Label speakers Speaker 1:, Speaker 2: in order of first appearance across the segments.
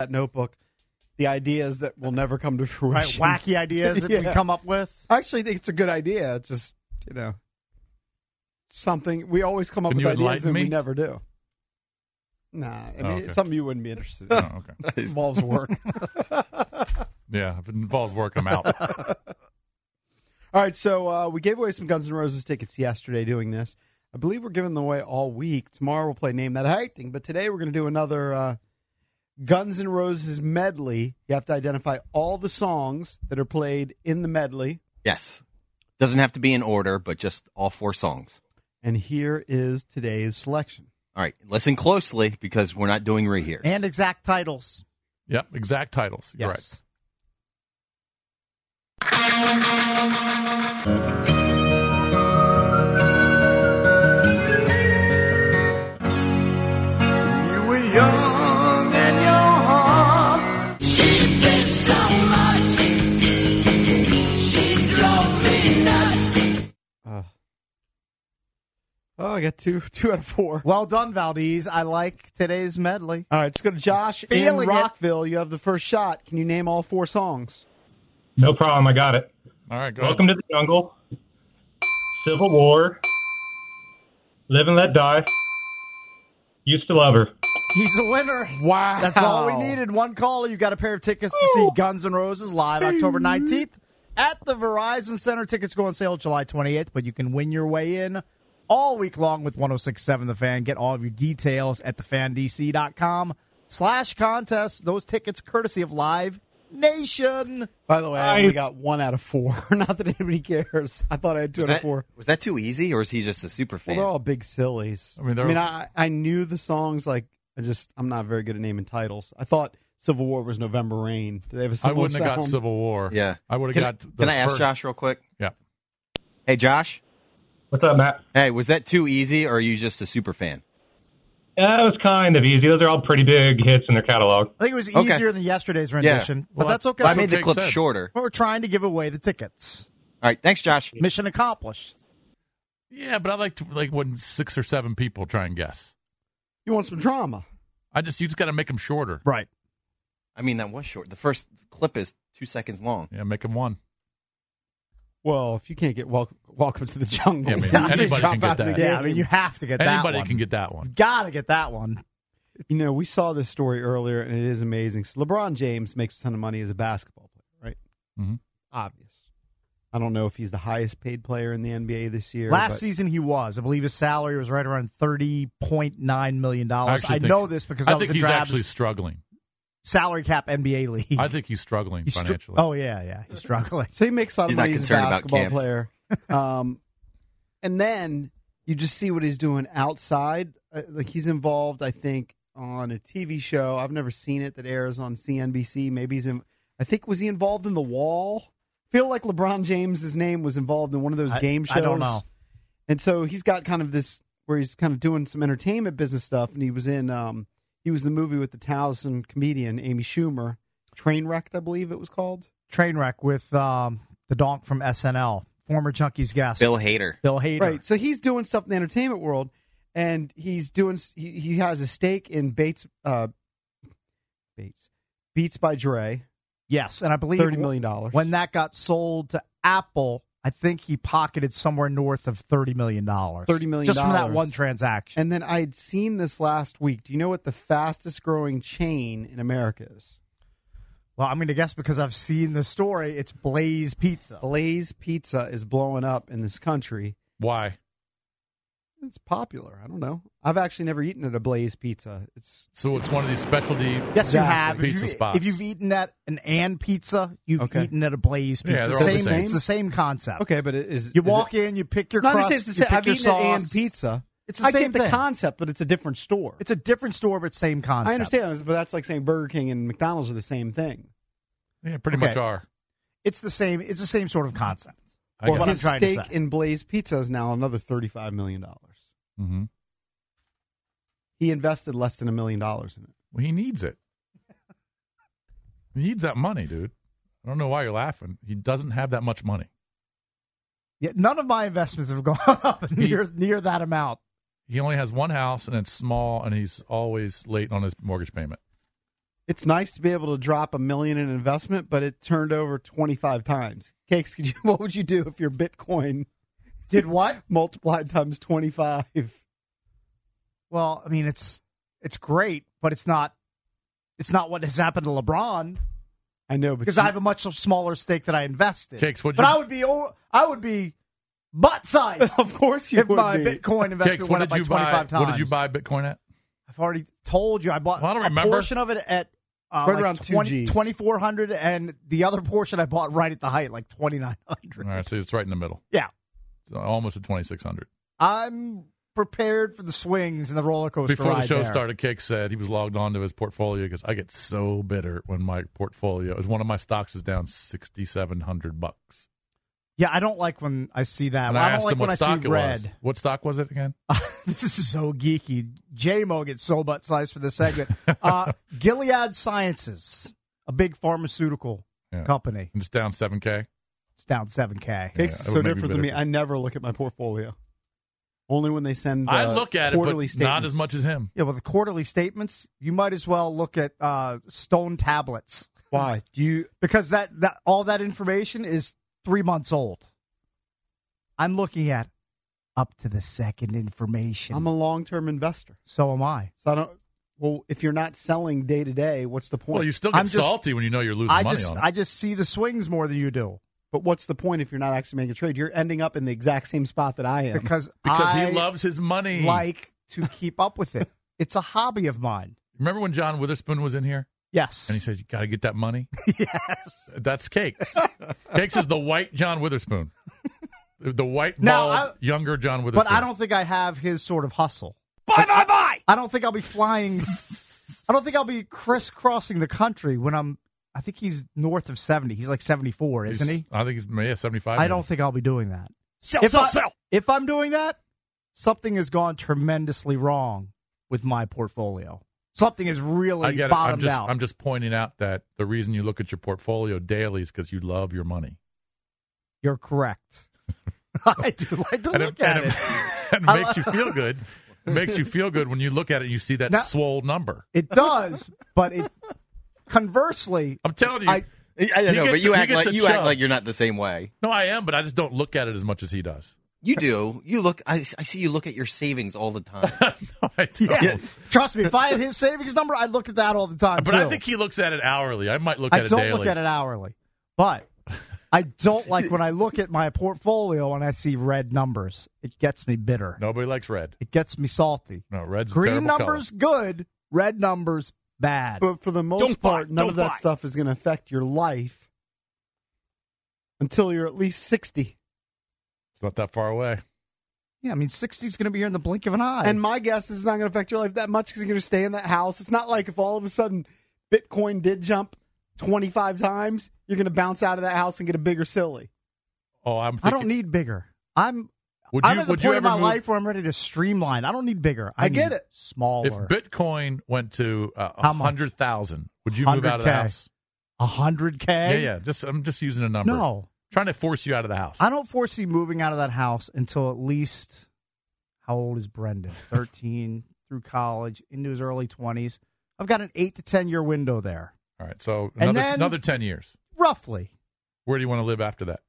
Speaker 1: that notebook. The ideas that will never come to
Speaker 2: Right,
Speaker 1: fruition.
Speaker 2: wacky ideas that we
Speaker 1: Yeah.
Speaker 2: come up with.
Speaker 1: I actually think it's a good idea. It's just you know something we always come up
Speaker 3: Can
Speaker 1: with
Speaker 3: you
Speaker 1: ideas
Speaker 3: enlighten
Speaker 1: and we
Speaker 3: me?
Speaker 1: never do. Nah, I mean
Speaker 3: Oh, okay.
Speaker 1: it's something you wouldn't be interested in.
Speaker 3: Oh, okay.
Speaker 1: It involves work.
Speaker 3: Yeah, if it involves work, I'm out.
Speaker 1: all right, so uh, we gave away some Guns N' Roses tickets yesterday doing this. I believe we're giving them away all week. Tomorrow we'll play Name That Height thing, but today we're going to do another uh, Guns N' Roses medley. You have to identify all the songs that are played in the medley.
Speaker 2: Yes. Doesn't have to be in order, but just all four songs.
Speaker 1: And here is today's selection.
Speaker 2: All right. Listen closely because we're not doing rehears.
Speaker 4: and exact titles.
Speaker 3: Yep, exact titles. You're
Speaker 4: Yes.
Speaker 5: You were young and your heart. She did so much. She drove me nuts.
Speaker 1: Uh, oh, I got two two out of four.
Speaker 4: Well done, Valdez. I like today's medley.
Speaker 1: All right, let's go to Josh in
Speaker 4: Feeling it.
Speaker 1: Rockville. You have the first shot. Can you name all four songs?
Speaker 6: No problem. I got it.
Speaker 3: right. All right, go
Speaker 6: Welcome to the jungle. Civil War. Live and Let Die. Used to love her.
Speaker 4: He's a winner.
Speaker 1: Wow,
Speaker 4: That's all we needed. One caller. You've got a pair of tickets to see Guns N' Roses live October 19th at the Verizon Center. Tickets go on sale July 28th, but you can win your way in all week long with 1067 The Fan. Get all of your details at thefandc.com slash contest. Those tickets courtesy of Live Nation.
Speaker 1: By the way, I only
Speaker 6: Nice.
Speaker 1: got one out of four. Not that anybody cares. I thought I had two
Speaker 2: was,
Speaker 1: out of
Speaker 2: that,
Speaker 1: four.
Speaker 2: was that too easy, or is he just a super fan?
Speaker 1: Well, they're all big sillies.
Speaker 3: I mean, they're-
Speaker 1: I, I, I knew the songs. Like, I just, I'm not very good at naming titles. I thought Civil War was November Rain. Do they have a
Speaker 3: I
Speaker 1: similar
Speaker 3: wouldn't have got
Speaker 1: sound?
Speaker 3: Civil War.
Speaker 2: yeah.
Speaker 3: I would have
Speaker 2: Can
Speaker 3: got.
Speaker 2: Can
Speaker 3: the
Speaker 2: I ask
Speaker 3: first-
Speaker 2: Josh real quick?
Speaker 3: Yeah.
Speaker 2: Hey, Josh.
Speaker 6: What's up, Matt?
Speaker 2: Hey, was that too easy, or are you just a super fan?
Speaker 6: Yeah, it was kind of easy. Those are all pretty big hits in their catalog.
Speaker 4: I think it was
Speaker 2: Okay.
Speaker 4: easier than yesterday's rendition, but
Speaker 3: Well,
Speaker 4: that's okay.
Speaker 2: Well, I
Speaker 3: what
Speaker 2: made the
Speaker 3: Jake
Speaker 2: clip
Speaker 3: said.
Speaker 2: shorter.
Speaker 4: We're trying to give away the tickets.
Speaker 2: All right. Thanks, Josh.
Speaker 4: Mission accomplished.
Speaker 3: Yeah, but I like to like when six or seven people try and guess.
Speaker 1: You want some drama?
Speaker 3: I just you just got to make them shorter.
Speaker 4: Right.
Speaker 2: I mean, that was short. The first clip is two seconds long.
Speaker 3: Yeah, make them one.
Speaker 1: Well, if you can't get welcome, welcome to the jungle,
Speaker 3: Yeah, I mean,
Speaker 1: you can
Speaker 3: anybody
Speaker 1: drop
Speaker 3: can get
Speaker 1: out of the
Speaker 3: that.
Speaker 4: Yeah,
Speaker 1: game.
Speaker 4: I mean, you have to get that one.
Speaker 3: Anybody can get that one.
Speaker 4: Gotta get that one.
Speaker 1: You know, we saw this story earlier, and it is amazing. So LeBron James makes a ton of money as a basketball player, right?
Speaker 3: Mhm.
Speaker 1: Obvious. I don't know if he's the highest paid player in the NBA this year.
Speaker 4: Last
Speaker 1: but-
Speaker 4: season he was. I believe his salary was right around thirty point nine million dollars. I,
Speaker 3: actually think-
Speaker 4: know this because I,
Speaker 3: I
Speaker 4: was
Speaker 3: think
Speaker 4: in
Speaker 3: he's
Speaker 4: Drab's
Speaker 3: actually struggling.
Speaker 4: salary cap NBA league.
Speaker 3: I think he's struggling
Speaker 4: He's str-
Speaker 3: financially.
Speaker 4: oh yeah, yeah, he's struggling.
Speaker 1: so he makes a lot of
Speaker 2: He's not
Speaker 1: money as a
Speaker 2: concerned about
Speaker 1: basketball
Speaker 2: camps.
Speaker 1: player. Um, and then you just see what he's doing outside. Uh, like he's involved, I think, on a TV show. I've never seen it that airs on CNBC. Maybe he's in. I think was he involved in The Wall? Feel like LeBron James's name was involved in one of those
Speaker 4: I-
Speaker 1: game shows.
Speaker 4: I don't know.
Speaker 1: And so he's got kind of this where he's kind of doing some entertainment business stuff, and he was in um he was in the movie with the Towson comedian Amy Schumer, Trainwrecked, I believe it was called.
Speaker 4: Train wreck with um, the donk from SNL, former Junkies guest
Speaker 2: Bill Hader.
Speaker 4: Bill Hader.
Speaker 1: Right. So he's doing stuff in the entertainment world, and he's doing he, he has a stake in Bates uh Bates Beats by Dre,
Speaker 4: Yes, and I believe
Speaker 1: thirty million dollars.
Speaker 4: when that got sold to Apple. I think he pocketed somewhere north of thirty million dollars.
Speaker 1: $30 million.
Speaker 4: just from that one transaction.
Speaker 1: and then I had seen this last week. Do you know what the fastest growing chain in America is?
Speaker 4: well, I'm going to guess because I've seen the story. It's Blaze Pizza.
Speaker 1: Blaze Pizza is blowing up in this country.
Speaker 3: Why?
Speaker 1: It's popular. I don't know. I've actually never eaten at a Blaze Pizza. It's
Speaker 3: So it's one of these specialty.
Speaker 4: Yes,
Speaker 1: Exactly.
Speaker 4: you have.
Speaker 3: Pizza
Speaker 4: if, you,
Speaker 3: spots.
Speaker 4: if you've eaten at an and pizza, you've
Speaker 1: Okay.
Speaker 4: eaten at a Blaze
Speaker 3: Yeah,
Speaker 4: pizza.
Speaker 3: they're all
Speaker 4: same,
Speaker 3: the same.
Speaker 4: It's the same concept.
Speaker 1: okay, but it is
Speaker 4: You
Speaker 1: is
Speaker 4: walk
Speaker 1: It,
Speaker 4: in, you pick your
Speaker 1: no, I'm
Speaker 4: crust,
Speaker 1: just saying it's the same.
Speaker 4: you pick
Speaker 1: I've
Speaker 4: your
Speaker 1: eaten at
Speaker 4: sauce.
Speaker 1: and pizza,
Speaker 4: It's the
Speaker 1: I
Speaker 4: same
Speaker 1: get the
Speaker 4: thing.
Speaker 1: concept, but it's a different store.
Speaker 4: it's a different store, but same concept.
Speaker 1: I understand, but that's like saying Burger King and McDonald's are the same thing.
Speaker 3: Yeah, pretty
Speaker 4: Okay.
Speaker 3: much are.
Speaker 4: It's the same. It's the same sort of concept.
Speaker 3: I
Speaker 4: Well,
Speaker 3: guess.
Speaker 4: what I'm
Speaker 1: His
Speaker 4: trying to
Speaker 1: steak
Speaker 4: say.
Speaker 1: in Blaze Pizza is now another thirty-five million dollars.
Speaker 3: Mhm.
Speaker 1: He invested less than a million dollars in it.
Speaker 3: Well, he needs it. he needs that money, dude. I don't know why you're laughing. He doesn't have that much money.
Speaker 4: Yeah, none of my investments have gone up near near that amount.
Speaker 3: He only has one house, and it's small, and he's always late on his mortgage payment.
Speaker 1: It's nice to be able to drop a million in investment, but it turned over twenty-five times. Cakes, could you, what would you do if your Bitcoin
Speaker 4: Did what?
Speaker 1: multiplied times twenty-five?
Speaker 4: Well, I mean, it's it's great, but it's not it's not what has happened to LeBron
Speaker 1: I know, but
Speaker 4: because
Speaker 1: you-
Speaker 4: I have a much smaller stake that I invested.
Speaker 3: Cakes, what'd
Speaker 4: but
Speaker 3: you-
Speaker 4: I would be o- I would be butt sized
Speaker 1: of course you
Speaker 4: if
Speaker 1: would
Speaker 4: my
Speaker 1: be.
Speaker 4: Bitcoin investment
Speaker 3: Jakes, what
Speaker 4: went up
Speaker 3: did
Speaker 4: by
Speaker 3: you
Speaker 4: twenty
Speaker 3: buy?
Speaker 4: five times.
Speaker 3: What did you buy Bitcoin at?
Speaker 4: I've already told you I bought
Speaker 3: Well, I don't
Speaker 4: a
Speaker 3: remember.
Speaker 4: portion of it at uh,
Speaker 1: Right
Speaker 4: like
Speaker 1: around
Speaker 4: 20
Speaker 1: 2Gs.
Speaker 4: 2400 and the other portion I bought right at the height like twenty nine
Speaker 3: All
Speaker 4: hundred.
Speaker 3: right, so it's right in the middle.
Speaker 4: Yeah,
Speaker 3: It's almost at 2600
Speaker 4: I'm prepared for the swings and the roller coaster
Speaker 3: Before the
Speaker 4: ride
Speaker 3: show
Speaker 4: there.
Speaker 3: started, Cake said he was logged on to his portfolio because I get so bitter when my portfolio is one of my stocks is down 6700 bucks.
Speaker 4: Yeah, I don't like when I see that.
Speaker 3: And
Speaker 4: I,
Speaker 3: I,
Speaker 4: don't
Speaker 3: asked
Speaker 4: like
Speaker 3: him
Speaker 4: when
Speaker 3: what
Speaker 4: I
Speaker 3: stock
Speaker 4: see
Speaker 3: it
Speaker 4: red.
Speaker 3: was. What stock was it again?
Speaker 4: this is so geeky. JMO gets so butt sized for this segment. Uh, Gilead Sciences, a big pharmaceutical
Speaker 3: Yeah.
Speaker 4: company,
Speaker 3: And it's down 7K.
Speaker 4: it's down seven k.
Speaker 3: Yeah,
Speaker 1: Cakes
Speaker 3: it
Speaker 1: is
Speaker 3: would
Speaker 1: so
Speaker 3: make me
Speaker 1: different than
Speaker 3: bitter.
Speaker 1: me. I never look at my portfolio. Only when they send.
Speaker 3: I
Speaker 1: uh,
Speaker 3: look at it, but
Speaker 1: quarterly
Speaker 3: not as
Speaker 1: statements.
Speaker 3: much as him.
Speaker 4: Yeah, well, the quarterly statements, you might as well look at uh, stone tablets
Speaker 1: Why do you?
Speaker 4: because that, that all that information is three months old. I'm looking at up to the second information.
Speaker 1: I'm a long-term investor,
Speaker 4: so am I.
Speaker 1: so I don't. Well, if you're not selling day to day, what's the point?
Speaker 3: Well, you still get
Speaker 4: I'm just-
Speaker 3: salty when you know you're losing
Speaker 4: I
Speaker 3: money
Speaker 4: just
Speaker 3: on it.
Speaker 4: I just see the swings more than you do
Speaker 1: but what's the point if you're not actually making a trade? You're ending up in the exact same spot that I am.
Speaker 4: because
Speaker 3: because
Speaker 4: I
Speaker 3: he loves his money.
Speaker 4: like to keep up with it. It's a hobby of mine.
Speaker 3: Remember when John Witherspoon was in here
Speaker 4: Yes.
Speaker 3: and he said, You got to get that money?
Speaker 4: yes.
Speaker 3: That's Cakes. Cakes is the white John Witherspoon. The white, bald,
Speaker 4: Now, I-
Speaker 3: younger John Witherspoon.
Speaker 4: But I don't think I have his sort of hustle.
Speaker 3: Bye, bye, bye!
Speaker 4: I don't think I'll be flying. I don't think I'll be crisscrossing the country when I'm. I think he's north of 70. He's like 74, isn't he?
Speaker 3: I think he's yeah, 75.
Speaker 4: I don't think I'll be doing that.
Speaker 3: Sell,
Speaker 4: If, I, if I'm doing that, something has gone tremendously wrong with my portfolio. Something is really
Speaker 3: I get it. I'm
Speaker 4: bottomed
Speaker 3: just,
Speaker 4: out.
Speaker 3: I'm just pointing out that the reason you look at your portfolio daily is because you love your money.
Speaker 4: You're correct. I do like to look at
Speaker 3: and
Speaker 4: it.
Speaker 3: and
Speaker 4: I
Speaker 3: makes you feel good. It makes you feel good when you look at it and you see that
Speaker 4: Now-
Speaker 3: swole number.
Speaker 4: It does, but it conversely,
Speaker 3: I'm telling you.
Speaker 4: I-
Speaker 2: I, I
Speaker 3: He
Speaker 2: don't know, but
Speaker 3: gets
Speaker 2: you
Speaker 3: a- he
Speaker 2: act
Speaker 3: gets
Speaker 2: like
Speaker 3: a
Speaker 2: you act
Speaker 3: chub.
Speaker 2: like you're not the same way.
Speaker 3: no, I am, but I just don't look at it as much as he does.
Speaker 2: You do. You look. I, I see you look at your savings all the time.
Speaker 3: No, I don't.
Speaker 4: yeah, trust me, if I had his savings number, I'd look at that all the time.
Speaker 3: But
Speaker 4: too.
Speaker 3: I think he looks at it hourly. I might look
Speaker 4: I
Speaker 3: at
Speaker 4: don't
Speaker 3: it daily.
Speaker 4: look at it hourly, but I don't like when I look at my portfolio and I see red numbers. It gets me bitter.
Speaker 3: Nobody likes red.
Speaker 4: It gets me salty.
Speaker 3: No, red's a
Speaker 4: Green
Speaker 3: terrible
Speaker 4: numbers good, red numbers bad.
Speaker 1: but for the most
Speaker 3: Don't buy,
Speaker 1: part, none of
Speaker 3: don't
Speaker 1: that
Speaker 3: buy.
Speaker 1: stuff is going to affect your life until you're at least sixty.
Speaker 3: Color. It's not that far away.
Speaker 4: yeah, I mean, 60 is going to be here in the blink of an eye.
Speaker 1: And my guess is it's not going to affect your life that much because you're going to stay in that house. It's not like if all of a sudden Bitcoin did jump 25 times, you're going to bounce out of that house and get a bigger silly.
Speaker 3: Oh, I'm.
Speaker 4: I
Speaker 3: Thinking,
Speaker 4: don't need bigger. I'm.
Speaker 3: Would
Speaker 4: I'm
Speaker 3: you-
Speaker 4: at the
Speaker 3: would you
Speaker 4: point in
Speaker 3: ever
Speaker 4: my
Speaker 3: move-
Speaker 4: life where I'm ready to streamline. I don't need bigger. I,
Speaker 1: I get
Speaker 4: need
Speaker 1: it.
Speaker 4: Smaller.
Speaker 3: If Bitcoin went to uh,
Speaker 4: How much?
Speaker 3: hundred thousand, would you move out of the
Speaker 4: 100K.
Speaker 3: house?
Speaker 4: A hundred k.
Speaker 3: Yeah, yeah. Just I'm just using a number.
Speaker 4: No,
Speaker 3: trying to force you out of the house.
Speaker 4: I don't foresee moving out of that house until at least how old is Brendan? Thirteen through college into his early twenties. I've got an eight to ten year window there,
Speaker 3: All right, so
Speaker 4: And
Speaker 3: another
Speaker 4: then-
Speaker 3: another ten years.
Speaker 4: roughly.
Speaker 3: Where do you want to live after that?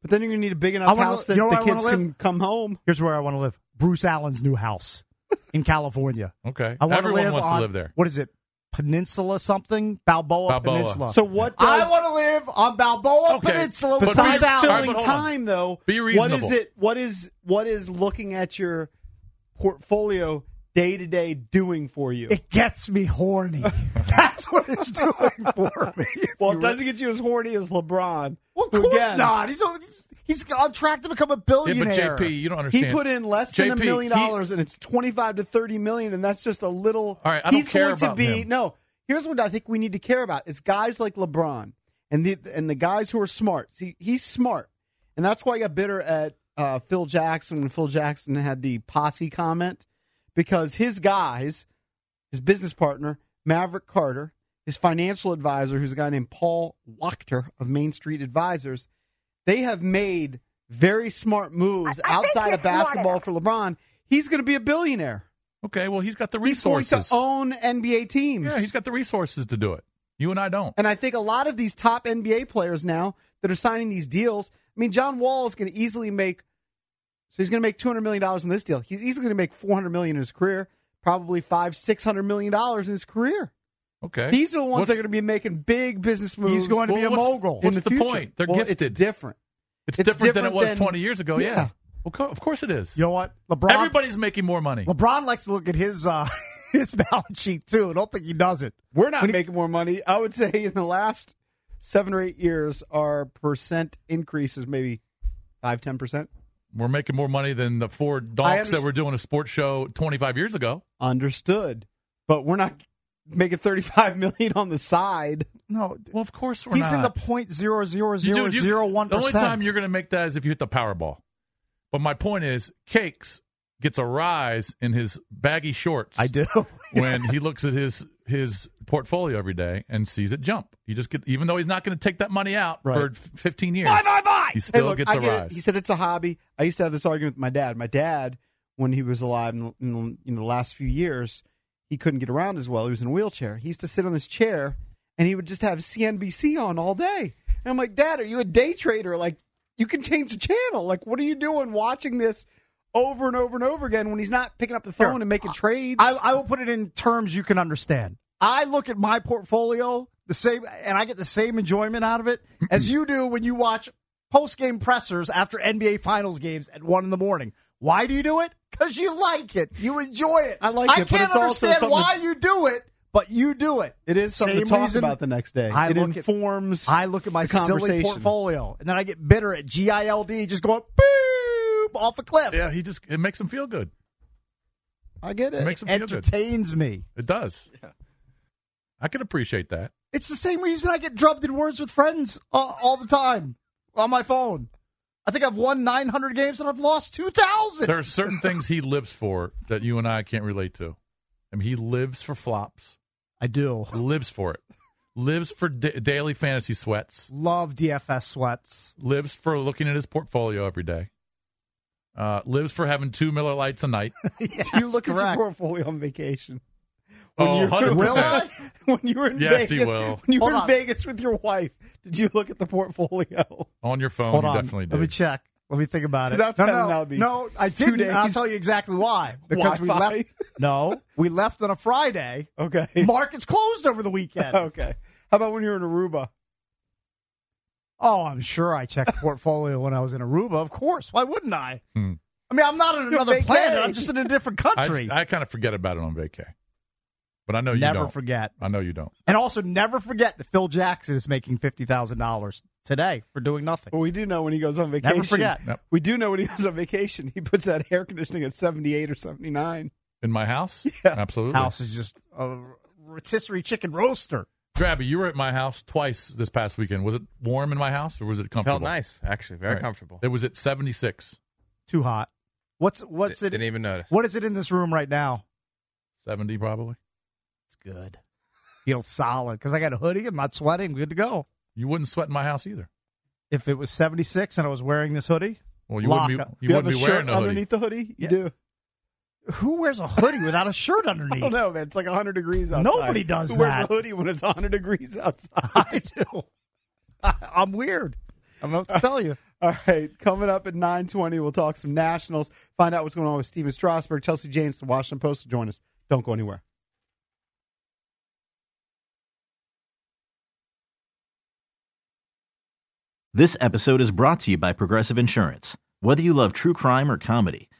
Speaker 1: But then you're going to need a big
Speaker 4: I
Speaker 1: enough
Speaker 4: wanna-
Speaker 1: house that
Speaker 4: you know
Speaker 1: the
Speaker 4: where I wanna
Speaker 1: kids
Speaker 4: live?
Speaker 1: can come home.
Speaker 4: Here's where I want to live: Bruce Allen's new house in California.
Speaker 3: Okay,
Speaker 4: I want to
Speaker 3: everyone
Speaker 4: live
Speaker 3: wants
Speaker 4: on,
Speaker 3: to live there.
Speaker 4: What is it? Peninsula something? Balboa,
Speaker 3: Balboa.
Speaker 4: Peninsula.
Speaker 1: So what does-
Speaker 4: I want to live on Balboa
Speaker 3: Okay,
Speaker 4: Peninsula.
Speaker 3: but
Speaker 4: with
Speaker 3: Bruce
Speaker 4: Bruce
Speaker 1: Besides
Speaker 3: Allen-
Speaker 1: filling
Speaker 3: All right, but hold on.
Speaker 1: time, though,
Speaker 3: Be
Speaker 1: what is
Speaker 3: reasonable.
Speaker 1: it? What is what is looking at your portfolio day to day doing for you?
Speaker 4: It gets me horny. That's what it's doing for me.
Speaker 1: well, it doesn't get you as horny as LeBron.
Speaker 4: Well, of
Speaker 1: who
Speaker 4: course
Speaker 1: again,
Speaker 4: not. He's, only- He's on track to become a
Speaker 3: Yeah, but
Speaker 4: billionaire.
Speaker 3: JP, you don't
Speaker 1: He
Speaker 3: understand.
Speaker 1: put in less than a
Speaker 3: JP,
Speaker 1: million
Speaker 3: he-
Speaker 1: dollars, and it's twenty-five to thirty million, and that's just a little.
Speaker 3: All right, I don't
Speaker 1: he's
Speaker 3: care
Speaker 1: going
Speaker 3: about
Speaker 1: to be
Speaker 3: him.
Speaker 1: no. Here's what I think we need to care about: is guys like LeBron and the and the guys who are smart. See, he's smart, and that's why I got bitter at uh, Phil Jackson when Phil Jackson had the posse comment because his guys, his business partner Maverick Carter, his financial advisor, who's a guy named Paul Wachter of Main Street Advisors, they have made very smart moves outside of basketball for LeBron. He's going to be a billionaire.
Speaker 3: Okay, well, he's got the
Speaker 1: He's
Speaker 3: resources.
Speaker 1: going to own NBA teams.
Speaker 3: yeah, he's got the resources to do it. You and I don't.
Speaker 1: and I think a lot of these top NBA players now that are signing these deals. I mean, John Wall is going to easily make. So he's going to make two hundred million dollars in this deal. He's easily going to make four hundred million in his career. Probably five, six hundred million dollars in his career.
Speaker 3: Okay.
Speaker 1: These are the ones
Speaker 3: What's-
Speaker 1: that are going to be making big business moves.
Speaker 4: He's going to
Speaker 3: Well,
Speaker 4: be a
Speaker 3: what's-
Speaker 4: mogul.
Speaker 3: what's
Speaker 1: in
Speaker 3: the
Speaker 1: future.
Speaker 3: point? They're
Speaker 1: Well,
Speaker 3: gifted.
Speaker 1: It's different.
Speaker 3: It's,
Speaker 1: it's
Speaker 3: different, than it
Speaker 1: different
Speaker 3: was
Speaker 1: than-
Speaker 3: 20 years ago. Yeah.
Speaker 1: Yeah.
Speaker 3: Well, co- of course it is.
Speaker 4: you know what? LeBron.
Speaker 3: Everybody's making more money.
Speaker 4: LeBron likes to look at his uh, his balance sheet too. I don't think he does it.
Speaker 1: We're not making more money. I would say in the last seven or eight years, our percent increase is maybe five, ten percent.
Speaker 3: We're making more money than the four
Speaker 1: I
Speaker 3: donks that
Speaker 1: underst-
Speaker 3: were doing a sports show 25 years ago.
Speaker 1: Understood. But we're not making thirty-five million on the side.
Speaker 4: No,
Speaker 3: Well, of course we're
Speaker 4: he's in the
Speaker 3: not.
Speaker 4: point zero zero
Speaker 3: You-
Speaker 4: zero
Speaker 3: dude, you-
Speaker 4: zero one
Speaker 3: The only
Speaker 4: percent.
Speaker 3: time you're going to make that is if you hit the Powerball. But my point is, Cakes gets a rise in his baggy shorts
Speaker 4: I do.
Speaker 3: when he looks at his his portfolio every day and sees it jump. You just get, even though he's not going to take that money out
Speaker 1: Right.
Speaker 3: for 15 years, bye, bye, bye. he still
Speaker 1: Hey, look,
Speaker 3: gets
Speaker 1: I
Speaker 3: a
Speaker 1: get it.
Speaker 3: rise.
Speaker 1: He said it's a hobby. I used to have this argument with my dad. My dad, when he was alive in, in, the- in the last few years, he couldn't get around as well. He was in a wheelchair. He used to sit on his chair and he would just have CNBC on all day. And I'm like, Dad, are you a day trader? Like, you can change the channel. Like, what are you doing watching this over and over and over again when he's not picking up the phone and making trades?
Speaker 4: I, I will put it in terms you can understand. I look at my portfolio the same, and I get the same enjoyment out of it as you do when you watch post game pressers after NBA Finals games at one in the morning. Why do you do it? Because you like it. You enjoy it.
Speaker 1: I like
Speaker 4: I
Speaker 1: it, but
Speaker 4: can't
Speaker 1: it's also
Speaker 4: understand
Speaker 1: something
Speaker 4: why
Speaker 1: to-
Speaker 4: you do it, but you do it.
Speaker 1: it is something
Speaker 4: Same
Speaker 1: to talk
Speaker 4: reason
Speaker 1: about the next day.
Speaker 4: I
Speaker 1: it
Speaker 4: look at-
Speaker 1: informs.
Speaker 4: I look at my
Speaker 1: the
Speaker 4: silly
Speaker 1: conversation.
Speaker 4: portfolio, and then I get bitter at GILD just going boop off a cliff.
Speaker 3: yeah, he just, it makes him feel good.
Speaker 1: I get
Speaker 3: It
Speaker 1: it.
Speaker 3: makes him feel good.
Speaker 4: Entertains me.
Speaker 3: It does. I can appreciate that.
Speaker 4: It's the same reason I get drubbed in words with friends uh, all the time on my phone. I think I've won 900 games and I've lost 2,000.
Speaker 3: There are certain things he lives for that you and I can't relate to. I mean, he lives for flops,
Speaker 4: I do.
Speaker 3: lives for it, lives for da- daily fantasy sweats,
Speaker 4: Love DFS sweats.
Speaker 3: lives for looking at his portfolio every day, uh, lives for having two Miller Lights a night.
Speaker 1: Do you look at
Speaker 4: correct.
Speaker 1: your portfolio on vacation?
Speaker 3: Oh,
Speaker 1: you were-
Speaker 3: 100%.
Speaker 1: Will I? When you were in
Speaker 3: Yes,
Speaker 1: Vegas,
Speaker 3: he will.
Speaker 1: when you were
Speaker 4: Hold
Speaker 1: in
Speaker 4: on.
Speaker 1: Vegas with your wife, did you look at the portfolio?
Speaker 3: On your phone,
Speaker 4: Hold
Speaker 3: you
Speaker 4: on.
Speaker 3: definitely
Speaker 4: Let me
Speaker 3: did.
Speaker 4: check. Let me think about it.
Speaker 1: 'Cause that's
Speaker 4: no,
Speaker 1: kinda
Speaker 4: no,
Speaker 1: now would be
Speaker 4: no, I
Speaker 1: two
Speaker 4: didn't. and I'll
Speaker 1: days.
Speaker 4: tell you exactly why. Because we
Speaker 1: Wi-Fi?
Speaker 4: left. No, we left on a Friday.
Speaker 1: Okay.
Speaker 4: Markets closed over the weekend.
Speaker 1: Okay. How about when you were in Aruba?
Speaker 4: Oh, I'm sure I checked portfolio when I was in Aruba. Of course. Why wouldn't I?
Speaker 3: Hmm.
Speaker 4: I mean, I'm not on another
Speaker 1: vacay.
Speaker 4: planet. I'm just in a different country.
Speaker 3: I, I kind of forget about it on vacay, but I know you
Speaker 4: Never
Speaker 3: don't.
Speaker 4: forget.
Speaker 3: I know you don't.
Speaker 4: And also, never forget that Phil Jackson is making fifty thousand dollars today for doing nothing.
Speaker 1: Well, we do know when he goes on vacation.
Speaker 4: Never forget.
Speaker 3: Yep.
Speaker 1: We do know when he goes on vacation. He puts that air conditioning at 78 or 79.
Speaker 3: In my house, absolutely.
Speaker 4: House is just a rotisserie chicken roaster.
Speaker 3: Grabby, you were at my house twice this past weekend. Was it warm in my house or was it comfortable?
Speaker 7: Felt nice, actually. Very
Speaker 3: Right.
Speaker 7: comfortable.
Speaker 3: It was at 76.
Speaker 4: Too hot. What's what's it?
Speaker 7: Didn't even notice.
Speaker 4: What is it in this room right now?
Speaker 3: 70 probably.
Speaker 4: It's good. Feels solid because I got a hoodie. I'm not sweating. I'm good to go.
Speaker 3: You wouldn't sweat in my house either.
Speaker 4: If it was seventy six and I was wearing this hoodie,
Speaker 3: Well, you
Speaker 4: Lock
Speaker 3: wouldn't
Speaker 4: up.
Speaker 3: be, you
Speaker 1: Do
Speaker 3: wouldn't
Speaker 1: have
Speaker 3: be
Speaker 1: a
Speaker 3: wearing
Speaker 1: shirt
Speaker 3: a hoodie.
Speaker 1: underneath the hoodie? You
Speaker 4: Yeah.
Speaker 1: do.
Speaker 4: who wears a hoodie without a shirt
Speaker 1: I don't
Speaker 4: underneath?
Speaker 1: know, man. It's like 100 degrees outside.
Speaker 4: Nobody does
Speaker 1: Who wears
Speaker 4: that.
Speaker 1: a hoodie when it's 100 degrees outside?
Speaker 4: I do. I, I'm weird. I don't know what to tell you.
Speaker 1: All right, coming up at 9.20, we'll talk some Nationals, find out what's going on with Steven Strasburg, Chelsea James, the Washington Post. Join us. Don't go anywhere.
Speaker 8: This episode is brought to you by Progressive Insurance. Whether you love true crime or comedy,